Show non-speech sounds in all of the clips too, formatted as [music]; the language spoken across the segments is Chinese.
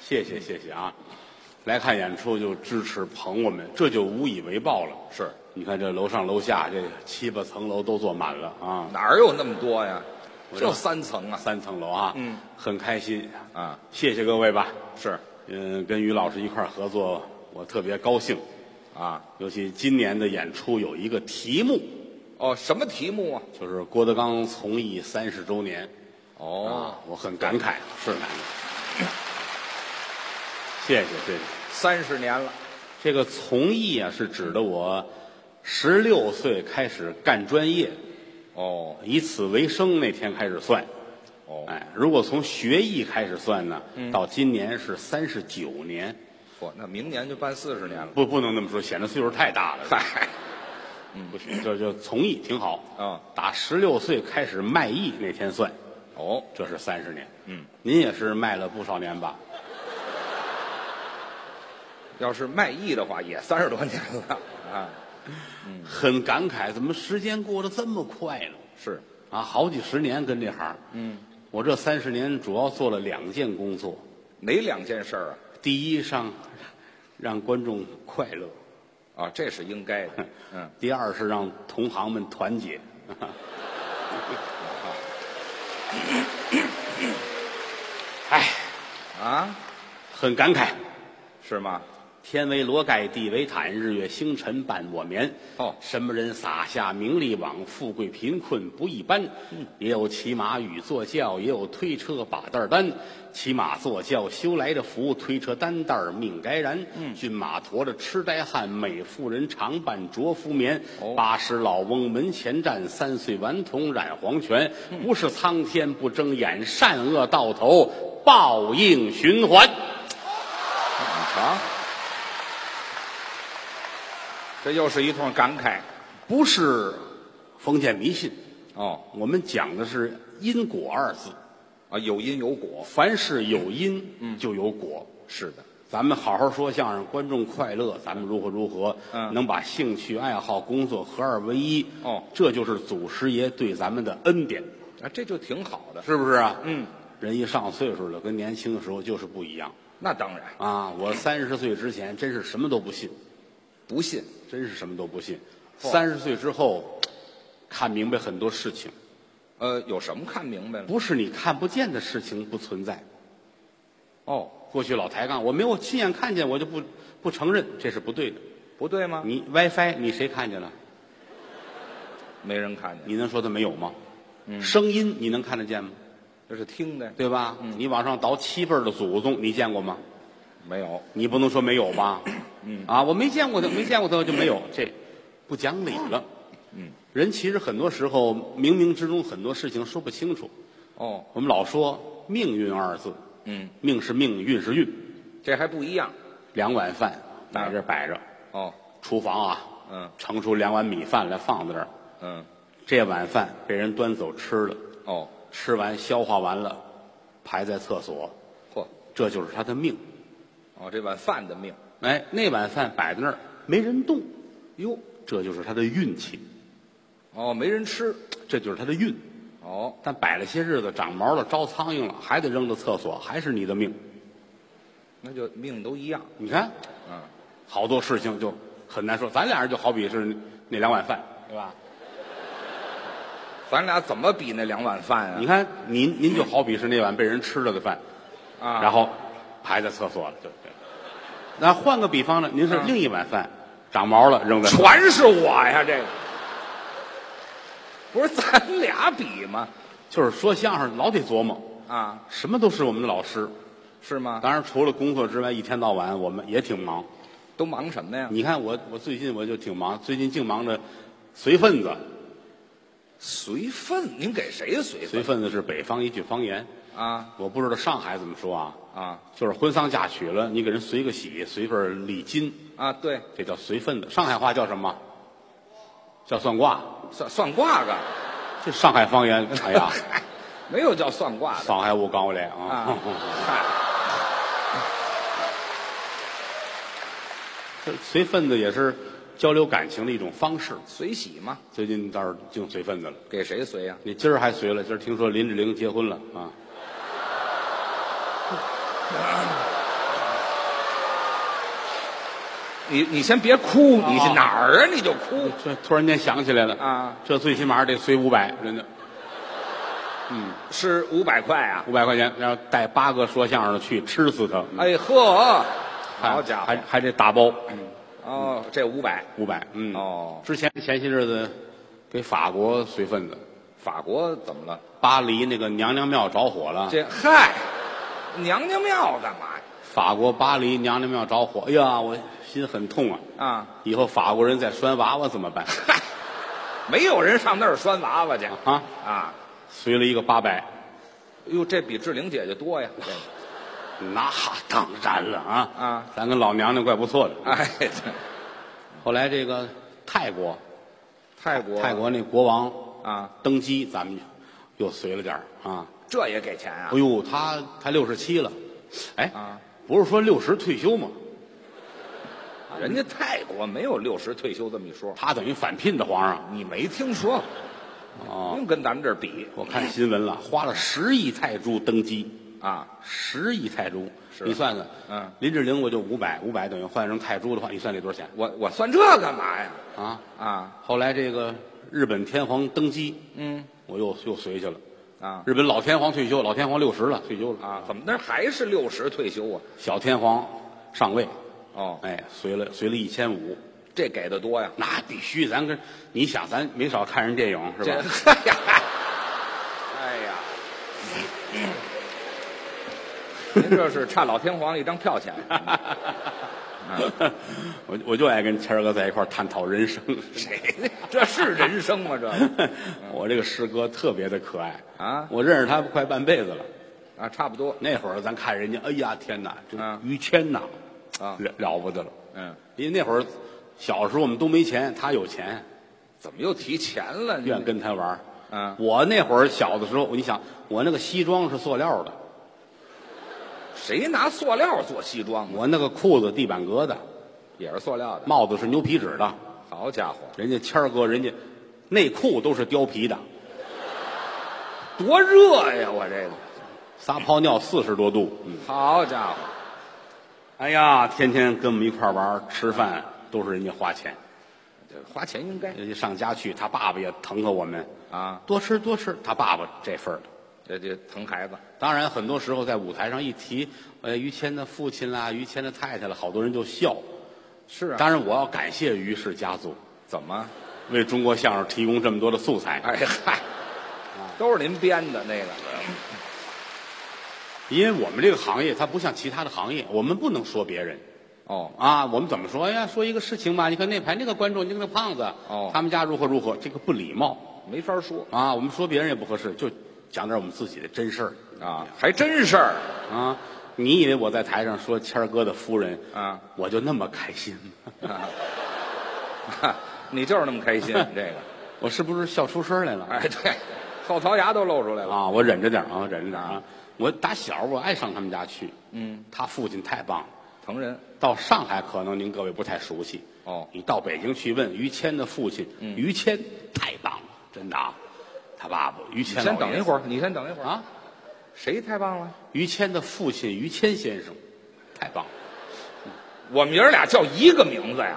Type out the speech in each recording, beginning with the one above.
谢谢谢谢啊！来看演出就支持捧我们，这就无以为报了。是你看这楼上楼下这七八层楼都坐满了啊，哪儿有那么多呀？我就这三层啊！三层楼啊，嗯，很开心啊，谢谢各位吧。是嗯，跟于老师一块儿合作，我特别高兴。啊，尤其今年的演出有一个题目，哦，什么题目啊？就是郭德纲从艺三十周年啊哦，，我很感慨，是 [laughs] 感慨。谢谢谢谢。三十年了，这个从艺啊，是指的我十六岁开始干专业，哦以此为生那天开始算。哦，哎，如果从学艺开始算呢，嗯到今年是三十九年，嚯，那明年就办四十年了。不不能那么说，显得岁数太大了。嗯嗨，嗯不行，这就从艺挺好啊打十六岁开始卖艺那天算，哦，这是三十年。嗯，您也是卖了不少年吧？要是卖艺的话，也三十多年了啊。很感慨，怎么时间过得这么快呢？是啊，好几十年跟这行。嗯，我这三十年主要做了两件工作，哪两件事儿啊第一上让观众快乐，啊？啊，这是应该的。嗯，第二是让同行们团 [laughs] 结。哎，啊，很感慨。是吗？天为罗盖，地为毯，日月星辰伴我眠。哦什么人撒下名利网？富贵贫困不一般。嗯也有骑马与坐轿，也有推车把担儿担。骑马坐轿修来的福，推车担担儿命该然。嗯骏马驮着痴呆汉，美妇人常伴着夫眠。哦八十老翁门前站，三岁顽童染黄泉。嗯不是苍天不睁眼，善恶到头报应循环。你瞧，这又是一通感慨。不是封建迷信，哦我们讲的是因果二字。啊，有因有果。凡事有嗯因，就有果。是的，咱们好好说相声，观众快乐，咱们如何如何，嗯能把兴趣爱好、工作合二为一。哦这就是祖师爷对咱们的恩典，啊，这就挺好的。是不是啊？嗯，人一上岁数了，跟年轻的时候就是不一样那当然，啊！我三十岁之前真是什么都不信，不信真是什么都不信。嚯三十岁之后，看明白很多事情。呃，有什么看明白了？不是你看不见的事情不存在。哦，过去老抬杠，我没有亲眼看见，我就不不承认，这是不对的。不对吗？你 WiFi 你谁看见了？没人看见，你能说他没有吗？声音你能看得见吗？这是听的，对吧？你往上倒七辈儿的祖宗，你见过吗？没有你不能说没有吧？啊，我没见过他，没见过他就没有，这不讲理了。人其实很多时候冥冥之中很多事情说不清楚。哦，我们老说命运二字，嗯，命是命，运是运。这还不一样两碗饭在这儿摆着，哦，厨房啊，嗯盛出两碗米饭来放在这儿。嗯这碗饭被人端走吃了，哦，吃完消化完了，排在厕所，嚯，这就是他的命。哦，这碗饭的命，哎，那碗饭摆在那儿没人动，哟，这就是他的运气，哦，没人吃，这就是他的运。哦，但摆了些日子，长毛了，招苍蝇了，还得扔到厕所，还是你的命。那就命都一样，你看，嗯，好多事情就很难说。咱俩人就好比是那两碗饭，对吧？咱俩怎么比那两碗饭啊？你看，您您就好比是那碗被人吃了的饭，啊，然后排在厕所了，就这。那换个比方呢，您是另一碗饭长毛了扔在，全是我呀，这个不是咱俩比吗？就是说相声老得琢磨，啊，什么都是我们的老师。是吗？当然，除了工作之外，一天到晚我们也挺忙。都忙什么呀？你看我，我最近我就挺忙，最近净忙着随份子。随份，您给谁随随份份子是北方一句方言，啊？我不知道上海怎么说啊，啊就是婚丧嫁娶了，你给人随个喜，随份礼金，啊，对，这叫随份子。上海话叫什么？叫算卦。算算卦的，这上海方言，哎呀。没有叫算卦的上海话讲下来啊啊，。嗨 [laughs] 这随份子也是交流感情的一种方式。随喜嘛，最近倒是净随份子了，给谁随啊呀、你今儿还随了？今儿听说林志玲结婚了啊？你你先别哭，你啊是哪儿啊？你就哭这突然间想起来了啊，这最起码得随五百，真的是五百块啊？五百块钱，然后带八个说相声的去吃死他，嗯哎呵，还好家还伙！还得打包哦，这五百，五百，嗯哦之前前些日子给法国随份子，法国怎么了？巴黎那个娘娘庙着火了，这嗨，娘娘庙干嘛呀？法国巴黎娘娘庙着火，哎呀，我心很痛啊！啊，以后法国人再拴娃娃怎么办嗨，没有人上那儿拴娃娃去啊？啊！随了一个八百，哟，这比志玲姐姐多呀！这个那当然了啊！啊，咱跟老娘娘怪不错的。哎，这后来这个泰国，泰国泰国那国王啊，登基，咱们又随了点儿啊。这也给钱啊哎？呦，他他六十七了，哎，啊，不是说六十退休吗？人家泰国没有六十退休这么一说，他等于返聘的皇上你没听说过？不哦。用跟咱们这儿比我看新闻了，花了十亿泰铢登基，啊！十亿泰铢，是你算算，嗯，林志玲我就五百，五百等于换成泰铢的话，你算这多少钱我我算这干嘛呀？啊？啊，后来这个日本天皇登基，嗯我又又随去了。啊日本老天皇退休，老天皇六十了，退休了啊，怎么那还是六十退休啊？小天皇上位，哦，哎，随了随了一千五，这给的多呀？那必须，咱跟你想，咱没少看人电影是 [laughs] 这， [laughs] 吧？哎呀，哎呀，您这是差老天皇一张票钱，啊嗯我我就爱跟谦儿哥在一块儿探讨人生。 [laughs] 谁？这是人生吗？这个 [laughs] 我这个师哥特别的可爱啊我认识他快半辈子了。啊，差不多，那会儿咱看人家，哎呀天哪，这啊于谦呐，啊了了不得了。嗯，因为那会儿小时候我们都没钱，他有钱，怎么又提钱了？你愿跟他玩儿。嗯我那会儿小的时候，你想我那个西装是塑料的，谁拿塑料做西装啊？我那个裤子地板革的，也是塑料的，帽子是牛皮纸的，好家伙，人家谦儿哥人家内裤都是貂皮的，多热呀！我这个，撒泡尿四十多度。嗯，好家伙，哎呀，天天跟我们一块儿玩儿吃饭都是人家花钱，这花钱应该人家上家去，他爸爸也疼和我们，啊，多吃多吃，他爸爸这份儿的。这这疼孩子，当然，很多时候在舞台上一提，呃，于谦的父亲啦，于谦的太太了，好多人就笑。是啊，当然，我要感谢于氏家族，怎么？为中国相声提供这么多的素材。哎嗨，都是您编的那个，因为我们这个行业，它不像其他的行业，我们不能说别人哦，啊。我们怎么说呀？说一个事情吧，你看那排那个观众，你看那胖子，哦他们家如何如何，这个不礼貌没法说啊。我们说别人也不合适，就讲点我们自己的真事儿啊，还真事儿。 [laughs] 啊。你以为我在台上说谦儿哥的夫人啊，我就那么开心吗？哈你就是那么开心， [laughs] 这个， [laughs] 我是不是笑出声来了？哎，对，后槽牙都露出来了。啊，我忍着点儿啊，忍着点儿啊。我打小我爱上他们家去，嗯，他父亲太棒了。疼人到上海可能您各位不太熟悉，哦，你到北京去问于谦的父亲，于谦太棒了，真的啊，他爸爸于谦你老先爷等一会儿，你先等一会儿。啊，谁太棒了？于谦的父亲于谦先生，太棒了。我们爷儿俩叫一个名字呀。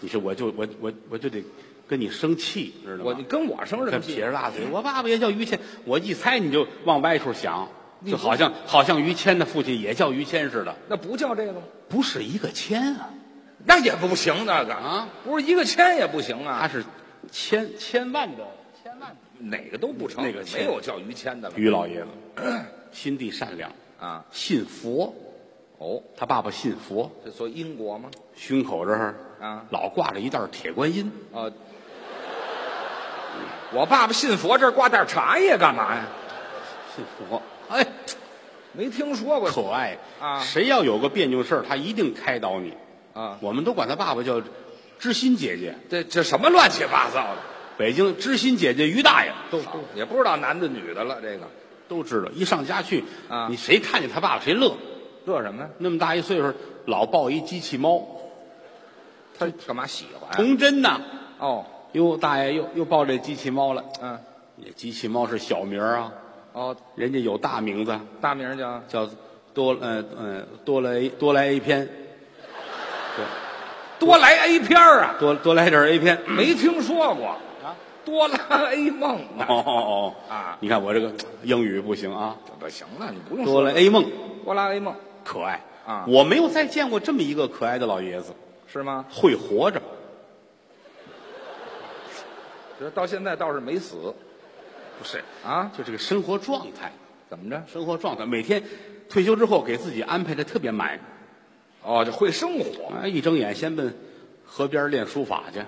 你说我就我我我就得跟你生气，知道我吗你？跟我生什么跟撇气？着大嘴，我爸爸也叫于谦，我一猜你就往歪处想，就好像好像于谦的父亲也叫于谦似的，那不叫这个吗？不是一个谦啊。那也不行，那个啊，不是一个千也不行啊他。是千千万的千万的哪个都不成，那个谦没有叫于谦的了于老爷子， [clears throat] 心地善良，啊。信佛，哦，他爸爸信佛，这说英国吗？胸口这儿啊老挂着一袋铁观音，啊，我爸爸信佛，这儿挂袋茶叶干嘛呀？信佛，哎，没听说过可爱啊谁要有个别扭事儿，他一定开导你。啊！我们都管他爸爸叫知心姐姐，这这什么乱七八糟的？北京知心姐姐于大爷都好也不知道男的女的了。这个都知道。一上家去啊你谁看见他爸爸谁乐。乐什么呀？那么大一岁数，老抱一机器猫，他干嘛喜欢呀？童真呐、哦，哟，大爷又又抱这机器猫了。嗯，这机器猫是小名儿啊，哦，人家有大名字，大名叫叫多呃呃多来多来一篇，对， [laughs] 多来 A 片儿啊，多多来点 A 片。 [clears throat] 没听说过啊，多拉 A 梦哦呢？哦哦啊你看我这个英语不行 [laughs] 啊，不行了，你不用多说来了 A 梦多拉 A 梦可爱啊我没有再见过这么一个可爱的老爷子，是吗？会活着。这到现在倒是没死不是啊？就这个生活状态，怎么着？生活状态，每天退休之后给自己安排的特别满，哦，就会生活，啊，一睁眼先奔河边练书法去，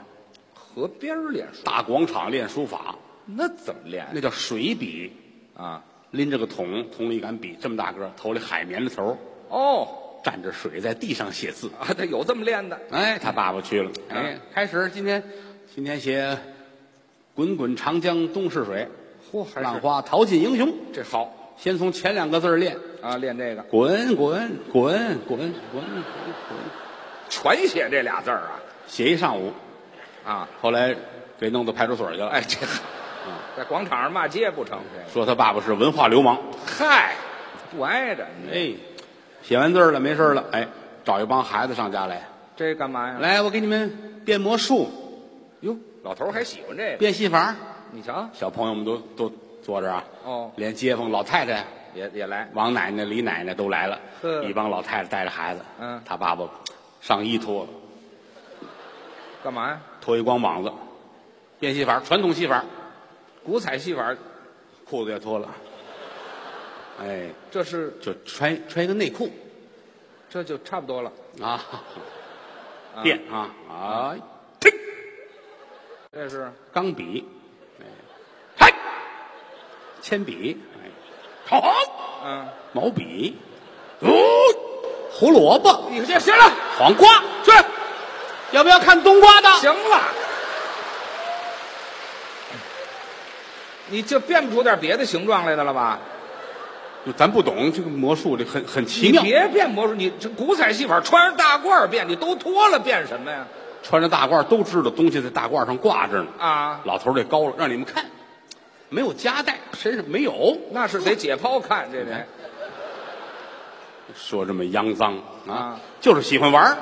河边儿练书，大广场练书法，那怎么练那叫水笔，啊？拎着个桶，桶里一杆笔，这么大个儿，头里海绵的头，哦，蘸着水在地上写字。啊，他有这么练的，哎，他爸爸去了，哎，开始今天，今天写“滚滚长江东逝水，嚯，还浪是花淘尽英雄啊这好”，先从前两个字儿练，啊，练这个滚滚滚滚滚滚滚，全写这俩字儿写一上午，啊啊！后来给弄到派出所去了。哎，哎，这 [laughs] 在广场上骂街不成？嗯这个说他爸爸是文化流氓。嗨，不挨着你哎，写完字儿了，没事儿了，哎，找一帮孩子上家来，这干嘛呀？来，我给你们变魔术、哟，老头儿还喜欢这个，变戏法儿。你瞧，小朋友们都都坐这儿啊，哦连街坊老太太、也也来，王奶奶、李奶奶都来了，呵一帮老太太带着孩子，嗯他爸爸上衣脱了，干嘛呀？脱一光膀子，变戏法儿，传统戏法儿，古彩戏法儿，裤子也脱了，哎，这是就穿穿一个内裤这就差不多了。啊，变啊啊，这是钢笔，哎，嗨，铅笔，哎，好，嗯，毛笔，哦，胡萝卜，你这行了，黄瓜，去，要不要看冬瓜的？行了，你就变不出点别的形状来的了吧？咱不懂这个魔术，这很很奇你妙。别变魔术，你这古彩戏法穿上大褂儿变，你都脱了变什么呀？穿着大褂都知道东西在大褂上挂着呢。啊，老头儿这高了，让你们看，没有夹带，身上没有，那是得解剖看这嗯得，说这么肮脏啊啊，就是喜欢玩儿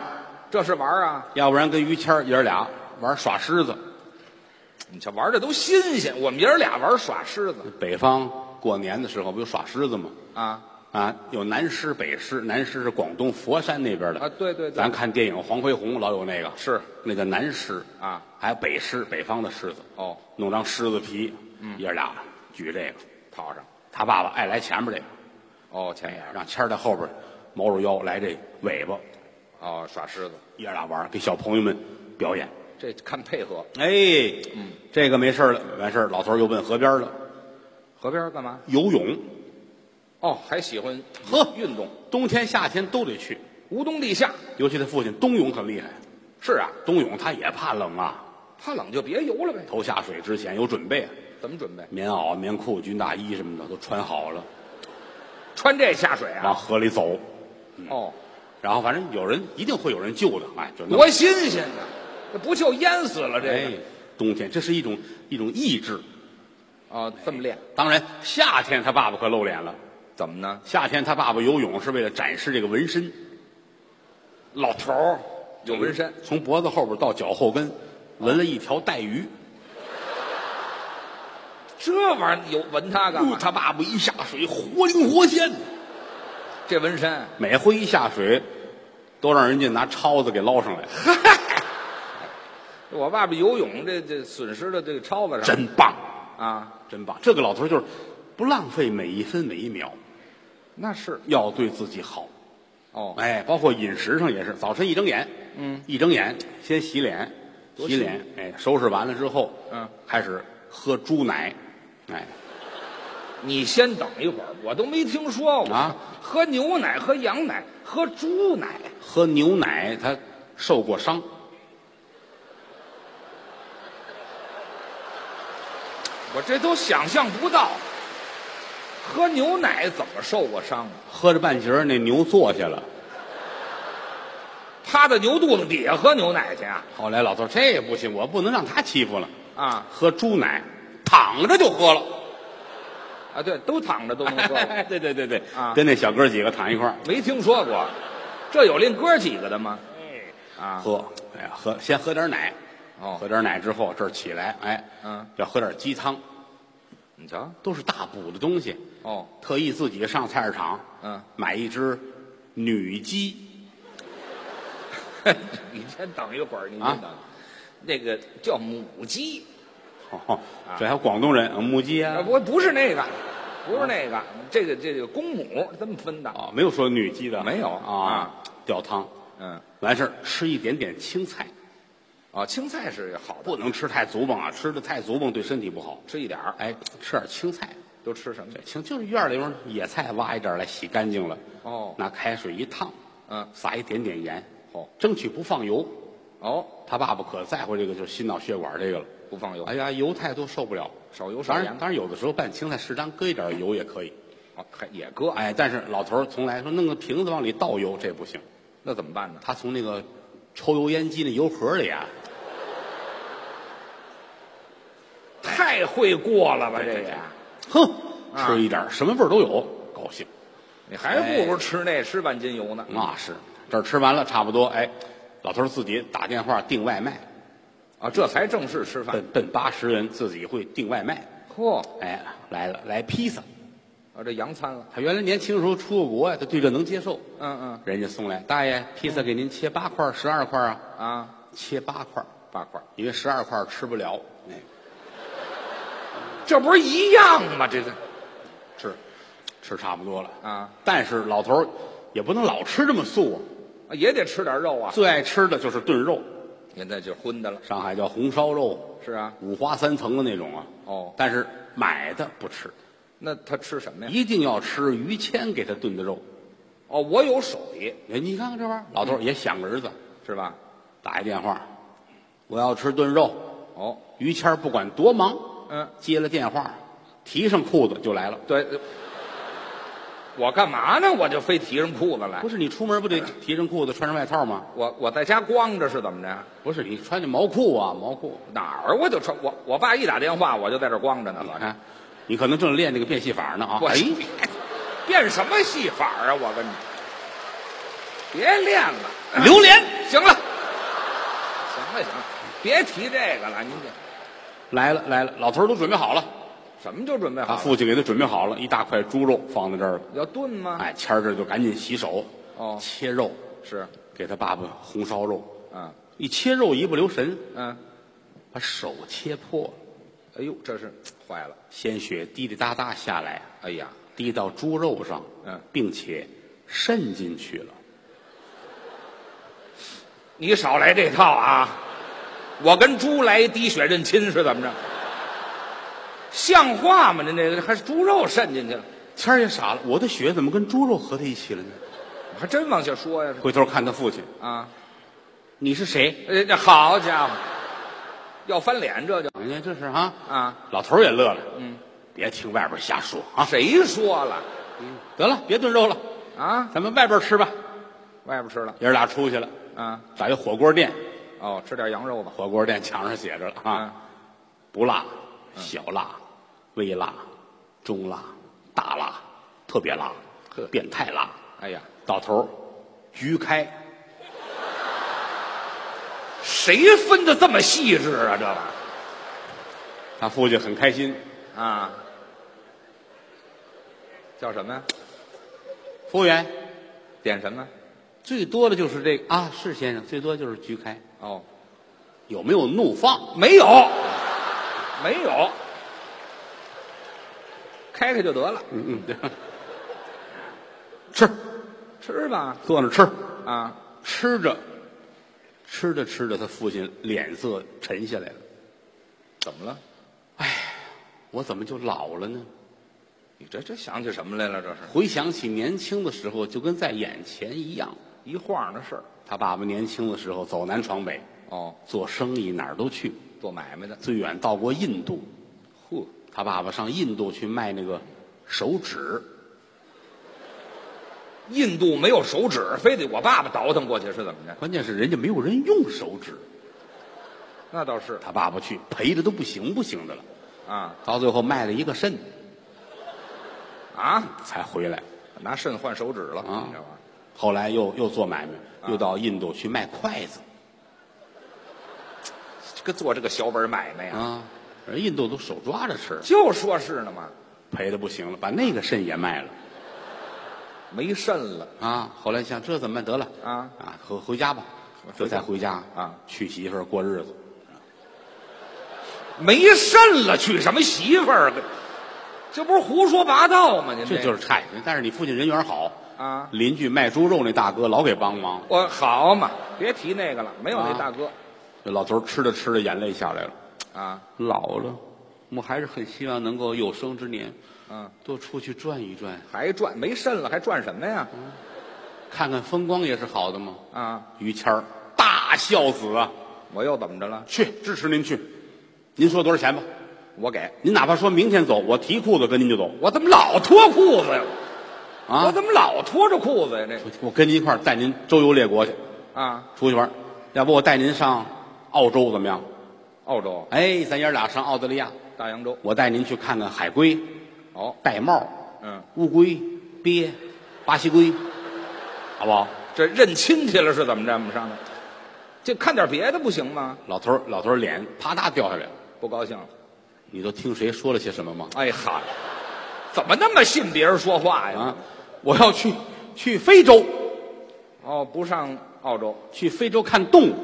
这是玩儿啊！要不然跟于谦儿爷儿俩玩儿耍狮子。你瞧玩儿的都新鲜，我们爷儿俩玩儿耍狮子北方过年的时候不有耍狮子吗？啊啊，有南狮、北狮，南狮是广东佛山那边的啊，对对咱对，看电影《黄飞鸿》老有那个，是那叫南狮啊，还有北狮，北方的狮子，哦，嗯弄张狮子皮，爷儿俩举这个，套上他爸爸爱来前面这个，哦，前眼让谦儿在后边，猫着腰来这个尾巴，哦，耍狮子，爷儿俩玩儿，给小朋友们表演。这看配合。哎，嗯这个没事儿了，完事儿，老头儿又奔河边儿了，河边儿干嘛？游泳，哦，还喜欢呵运动，冬天夏天都得去，无冬立夏。尤其他父亲冬泳很厉害，是啊，冬泳他也怕冷啊，怕冷就别游了呗。头下水之前有准备，啊怎么准备？棉袄、棉裤、军大衣什么的都穿好了，穿这下水往啊？河里走。嗯哦，然后反正有人一定会有人救的，哎，就那么多新鲜呐！这不就淹死了这哎个？，冬天这是一种一种意志。哦，这么练当然，夏天他爸爸可露脸了。怎么呢？夏天他爸爸游泳是为了展示这个纹身，老头儿有纹身，从脖子后边到脚后跟，纹了一条带鱼。这玩意儿有纹它干哟嘛，？呃他爸爸一下水活灵活现，这纹身，每回一下水，都让人家拿抄子给捞上来，我爸爸游泳这这损失的这个超子上真棒，啊，真棒！这个老头儿就是不浪费每一分每一秒，那是要对自己好。哦，哎，包括饮食上也是，早晨一睁眼，嗯，一睁眼先洗脸，多洗脸，哎，收拾完了之后，嗯，开始喝猪奶，哎，你先等一会儿，我都没听说过啊，喝牛奶、喝羊奶、喝猪奶，喝牛奶，他受过伤，我这都想象不到。喝牛奶怎么受过伤啊？喝着半截儿，那牛坐下了。趴在牛肚子底下喝牛奶去啊？后来老头儿这也不行，我不能让他欺负了，啊喝猪奶，躺着就喝了。啊，对，都躺着都能喝， [laughs] 对对对对，啊跟那小哥几个躺一块儿没听说过，这有另哥几个的吗？啊，喝，哎呀，喝先喝点奶，哦喝点奶之后这儿起来，哎，嗯，要喝点鸡汤，你瞧，都是大补的东西。哦，特意自己上菜市场，嗯，买一只女鸡你先等一会儿，你啊先等。那个叫母鸡，哦，这还有广东人嗯母鸡啊，啊，不不是啊那个，不是那个，这个这个公母这么分的。哦，没有说女鸡的，没有啊，吊汤，嗯，完事儿吃一点点青菜，啊，青菜是好的，不能吃太足蹦啊，吃的太足蹦对身体不好。吃一点儿。哎，吃点青菜，都吃什么？青就是院里边野菜挖一点来洗干净了，哦拿开水一烫，嗯撒一点点盐，哦争取不放油。哦，他爸爸可在乎这个，就是心脑血管这个了。不放油，哎呀，油太多受不了。少油少当盐然，。当然有的时候拌青菜，适当搁一点油也可以。哦，还也搁，哎，哎，但是老头儿从来说弄个瓶子往里倒油，这不行。那怎么办呢？他从那个抽油烟机那油盒里啊，太会过了吧，这对个，哼，啊吃一点儿，什么味儿都有，高兴。你还不如吃那吃半斤油呢。那是，这儿吃完了差不多，哎，老头儿自己打电话订外卖，啊，这才正式吃饭。奔奔八十人自己会订外卖。嚯，哎，来了，来披萨。啊，这洋餐了。他原来年轻时候出过国呀，啊他对这能接受。嗯嗯人家送来，大爷，披萨给您切八块儿、十二块儿啊，啊，切八块儿。八块，因为十二块吃不了，哎，这不是一样吗？这个吃吃差不多了啊。但是老头儿也不能老吃这么素啊，啊也得吃点肉啊。最爱吃的就是炖肉，现在就荤的了。上海叫红烧肉，是啊，五花三层的那种啊。哦但是买的不吃，那他吃什么呀？一定要吃于谦给他炖的肉。哦，我有手艺，哎，你看看这玩意儿，老头儿也想儿子，是吧？打一电话，我要吃炖肉。哦，于谦儿不管多忙，嗯，接了电话，提上裤子就来了。对，我干嘛呢？我就非提上裤子来不。是你出门不得提上裤子，穿上外套吗？我我在家光着是怎么着？不是你穿的毛裤啊，毛裤。哪儿我就穿我我爸一打电话我就在这儿光着呢，你我看，你可能正练那个变戏法呢啊！我哎，变什么戏法啊？我跟你，别练了，榴莲 [laughs] 行了，行了行了，别提这个了，您这来了来了，老头儿都准备好了，什么就准备他好了？啊父亲给他准备好了一大块猪肉放在这儿了。要炖吗？哎，谦儿这就赶紧洗手，哦切肉，是，给他爸爸红烧肉。嗯一切肉一不留神，嗯，把手切破了，哎呦，这是坏了，鲜血滴滴答答下来，哎呀，滴到猪肉上，嗯并且渗进去了。你少来这套啊！我跟猪来一滴血认亲是怎么着？像话吗？您这个还是猪肉渗进去了，谦儿也傻了，我的血怎么跟猪肉合在一起了呢？还真往下说呀？回头看他父亲，嗯啊，你是谁？哎，这好家伙，要翻脸这就你看这是啊啊！老头儿也乐了，嗯，别听外边瞎说啊！谁说了得了，别炖肉了，啊？咱们外边吃吧。外边吃了爷儿俩出去了，啊？找一火锅店，哦，吃点羊肉吧。火锅店墙上写着了啊，啊，不辣、嗯小辣、微辣、中辣、大辣、特别辣呵、变态辣。哎呀，到头儿，于开谁分的这么细致啊？这玩意他父亲很开心，儿啊，叫什么呀？服务员点什么？最多的就是这个啊，是先生，最多就是于开，哦，有没有怒放？没有，没有，开开就得了，嗯嗯，对，吃，吃吧。坐那儿吃。啊，吃着，吃着吃着，他父亲脸色沉下来了。怎么了？我怎么就老了呢？你这这想起什么来了？这是回想起年轻的时候，就跟在眼前一样。一晃的事儿。他爸爸年轻的时候走南闯北，哦，做生意哪儿都去，做买卖的，最远到过印度。呼，他爸爸上印度去卖那个手指，印度没有手指，非得我爸爸倒腾过去是怎么着？关键是人家没有人用手指。那倒是他爸爸去赔的都不行不行的了，啊到最后卖了一个肾啊，才回来。拿肾换手指了，啊你知道吗？后来又又做买卖，又到印度去卖筷子。跟做这个小本买卖呀、啊，人印度都手抓着吃，就说是呢嘛，赔的不行了，把那个肾也卖了没肾了啊。后来想这怎么办？得了啊啊，回回家吧，这才回家啊，娶媳妇儿过日子。没肾了，娶什么媳妇儿？这不是胡说八道吗？您这就是是差劲。但是你父亲人缘好哎啊邻居卖猪肉那大哥老给帮忙，我好嘛，别提那个了，没有那啊大哥这老头儿吃着吃着眼泪下来了，啊，老了，我还是很希望能够有生之年嗯，多出去转一转，还赚没肾了，还赚什么呀？看看风光也是好的嘛。啊，于谦儿大孝子啊，我又怎么着了？去支持您去，您说多少钱吧？我给您哪怕说明天走，我提裤子跟您就走我怎么老脱裤子呀？我啊！怎么老脱着裤子呀？这我跟您一块儿带您周游列国去，啊，出去玩儿。要不我带您上澳洲怎么样？澳洲哎，咱爷俩上澳大利亚，大洋洲我带您去看看海龟、哦，玳瑁、嗯，乌龟、鳖、巴西龟，好不好？这认亲戚了是怎么着？我们上来，这看点别的不行吗？老头儿老头儿脸啪嗒掉下来了，不高兴了。你都听谁说了些什么吗？哎哈，怎么那么信别人说话呀？啊，我要去去非洲，哦，不上澳洲，去非洲看动物，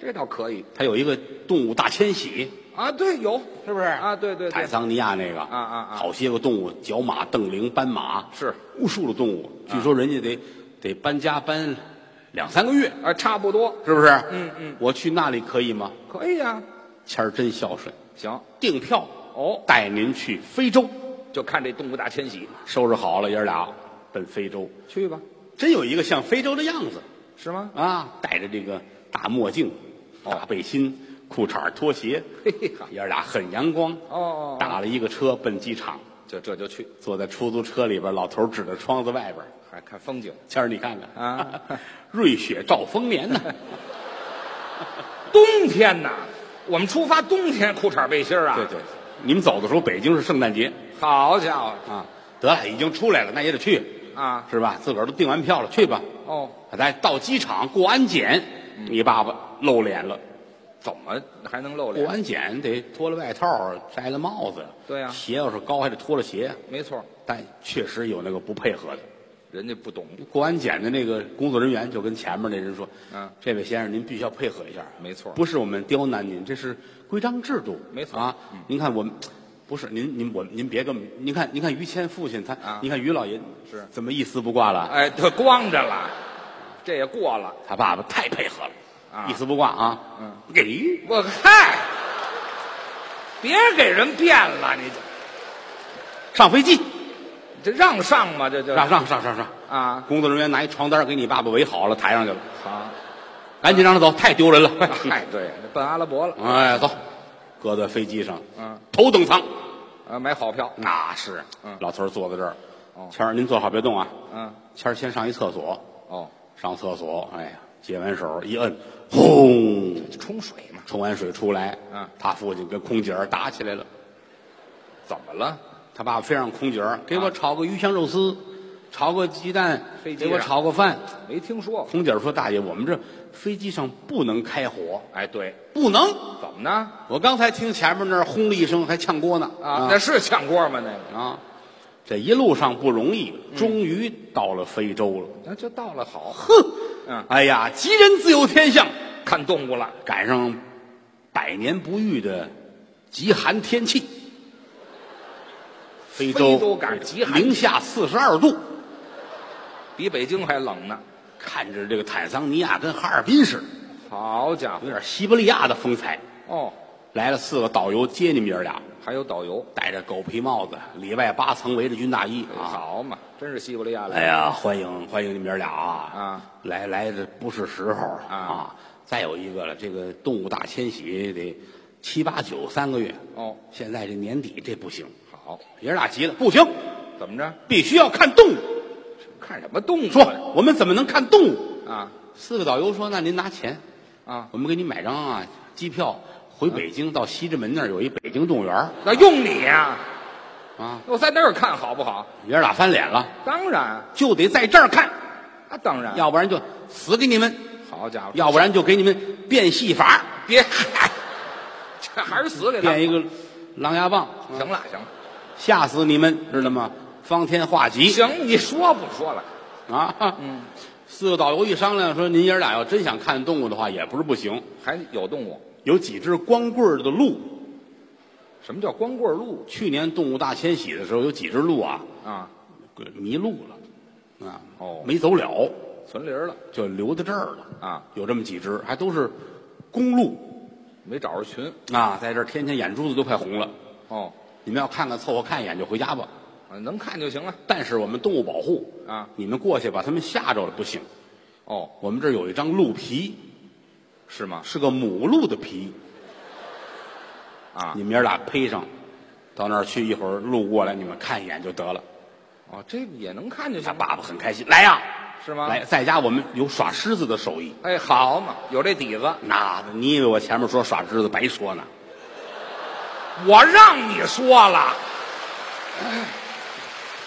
这倒可以它有一个动物大迁徙，啊。对，有是不是？啊，对对坦对，桑尼亚那个啊啊啊好些个动物，角马、瞪羚、斑马，是无数的动物。据说人家得得搬家搬两三个月，啊，差不多是不是？嗯嗯，我去那里可以吗？可以呀、谦儿真孝顺，行订票哦，带您去非洲，就看这动物大迁徙，收拾好了，爷儿俩奔非洲，去吧，真有一个像非洲的样子是吗？啊！戴着这个大墨镜、大背心、裤衩、拖鞋，嘿嘿哈，爷儿俩很阳光。哦，打了一个车奔机场，就这就去，坐在出租车里边，老头儿指着窗子外边，还看风景，谦儿，你看看啊，瑞雪兆丰年 [laughs] 呢，冬天呐，我们出发冬天裤衩背心儿啊，对，对，你们走的时候北京是圣诞节好家伙啊，得了，已经出来了，那也得去，啊，是吧？自个儿都订完票了，去吧。哦，咱到机场过安检，嗯你爸爸露脸了，怎么还能露过脸？安检得脱了外套，摘了帽子，啊对啊呀鞋要是高还得脱了鞋，没错，但确实有那个不配合的。人家不懂，过安检的那个工作人员就跟前面那人说：“嗯这位先生，您必须要配合一下，啊没错不是我们刁难您，这是规章制度，没错嗯啊。您看我们，不是您您我您别跟我们，您看您看于谦父亲他，啊您看于老爷是怎么一丝不挂了？哎，他光着了，这也过了。他爸爸太配合了，啊一丝不挂啊。嗯，给我嗨，别给人变了，你这上飞机，这让上吗？这就让上上上上。啊，工作人员拿一床单给你爸爸围好了，抬上去了， [laughs] 好，赶紧让他走，太丢 [laughs] 人了。嗨，哎对，奔阿拉伯了，哎，走，搁在飞机上，嗯，头等舱。啊，买好票，那是，啊嗯老头儿坐在这儿哦，谦儿您坐好别动啊，嗯，谦儿先上一厕所，哦，上厕所，哎呀，接完手一摁，轰，冲水嘛，冲完水出来，嗯他父亲跟空姐儿打起来了，怎么了？他爸爸非让空姐嗯儿给我炒个鱼香肉丝，炒个鸡蛋，飞机给我上炒个饭。没听说过，空姐儿说：“大爷，我们这飞机上不能开火，哎，对，不能。怎么呢？我刚才听前面那儿轰了一声，还呛锅呢嗯啊，那是炝锅吗？那个，啊！这一路上不容易，终于到了非洲了。”那就到了好，哼，嗯哎呀，吉人自有天相，看动物了，赶上百年不遇的极寒天气，非洲非洲赶上极寒零下四十二度，比北京还冷呢。看着这个坦桑尼亚跟哈尔滨似的，好家伙有，点西伯利亚的风采。哦，来了四个导游接你们爷儿俩，还有导游，戴着狗皮帽子，里外八层围着军大衣啊。好嘛，真是西伯利亚哎来，呀，欢迎欢迎你们爷儿俩啊！啊，来来的不是时候啊再有一个了，这个动物大迁徙得七八九三个月，哦，现在这年底这不行，好，爷儿俩急了，不行，怎么着？必须要看动物。看什么动物啊？说我们怎么能看动物？啊四个导游说：“那您拿钱，啊，我们给你买张啊机票回北京，到西直门那儿有一北京动物园儿那用你呀、啊。我在那儿看好不好？”爷儿俩翻脸了，当然，就得在这儿看，啊，当然。要不然就死给你们，好家伙，要不然就给你们变戏法儿。别嗨， [laughs] 这还是死给他变们一个狼牙棒，行了行了吓死你们，知道吗？方天画戟行，你说不说了？啊！嗯，四个导游一商量说，您爷儿俩要真想看动物的话，也不是不行。还有动物？有几只光棍儿的鹿，什么叫光棍鹿去年动物大迁徙的时候，有几只鹿啊啊？迷路了，啊哦没走了，存零了就留在这儿了啊，有这么几只，还都是公鹿没找着群啊，在这儿天天眼珠子都快红了。哦，你们要看看凑合看一眼就回家吧。啊能看就行了但是我们动物保护啊你们过去把它们吓着了不行。哦，我们这儿有一张鹿皮，是吗？是个母鹿的皮，啊你们爷儿俩披上，到那儿去一会儿，鹿过来你们看一眼就得了。哦，这个也能看就他行了爸爸很开心，来呀，是吗来，在家我们有耍狮子的手艺。哎，好嘛，有这底子，那你以为我前面说耍狮子白说呢？我让你说了，。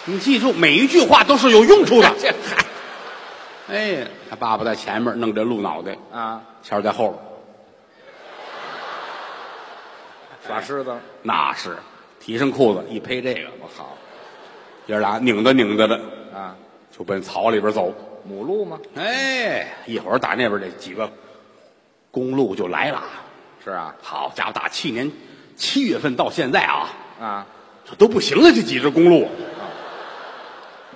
你记住，每一句话都是有用处的 [laughs] 这嗨哎，他爸爸在前面弄这鹿脑袋，啊，前儿在后边，耍狮子，那是提上裤子一披这个，我好爷儿俩拧着拧着的啊，就奔草里边走。母鹿吗？哎，一会儿打那边这几个公鹿就来了。是啊好家伙，打去年七月份到现在啊，啊，这都不行了，这几只公鹿。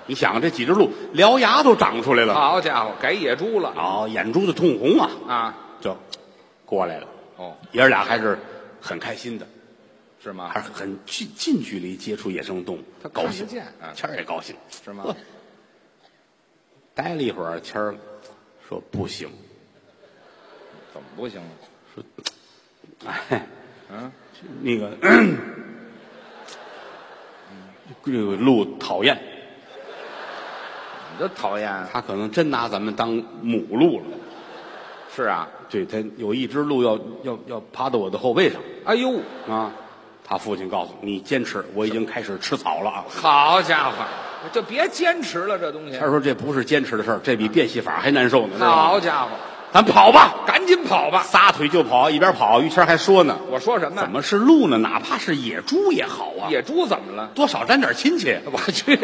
你想这几只鹿獠牙都长出来了，好家伙，改野猪了啊，眼珠子通红啊，啊，就过来了。哦，爷儿俩还是很开心的，是吗还？是很近近距离接触野生动物，他高看兴得见啊，谦儿也高兴，是吗呵？待了一会儿，谦儿说不行，怎么不行了？哎，嗯，那个， [clears throat] 嗯这个鹿讨厌，你这讨厌啊他可能真拿咱们当母鹿了。是啊，对他有一只鹿要要要趴到我的后背上哎呦，啊！他父亲告诉我你坚持，我已经开始吃草了啊。好家伙，就别坚持了，这东西他。说这不是坚持的事儿，这比变戏法还难受呢。知道好吗家伙，咱跑吧，赶紧跑吧！撒腿就跑，一边跑于谦还说呢我说什：“么？怎么是鹿呢？哪怕是野猪也好啊，野猪怎么了？ [laughs] 多少沾点亲戚。我去，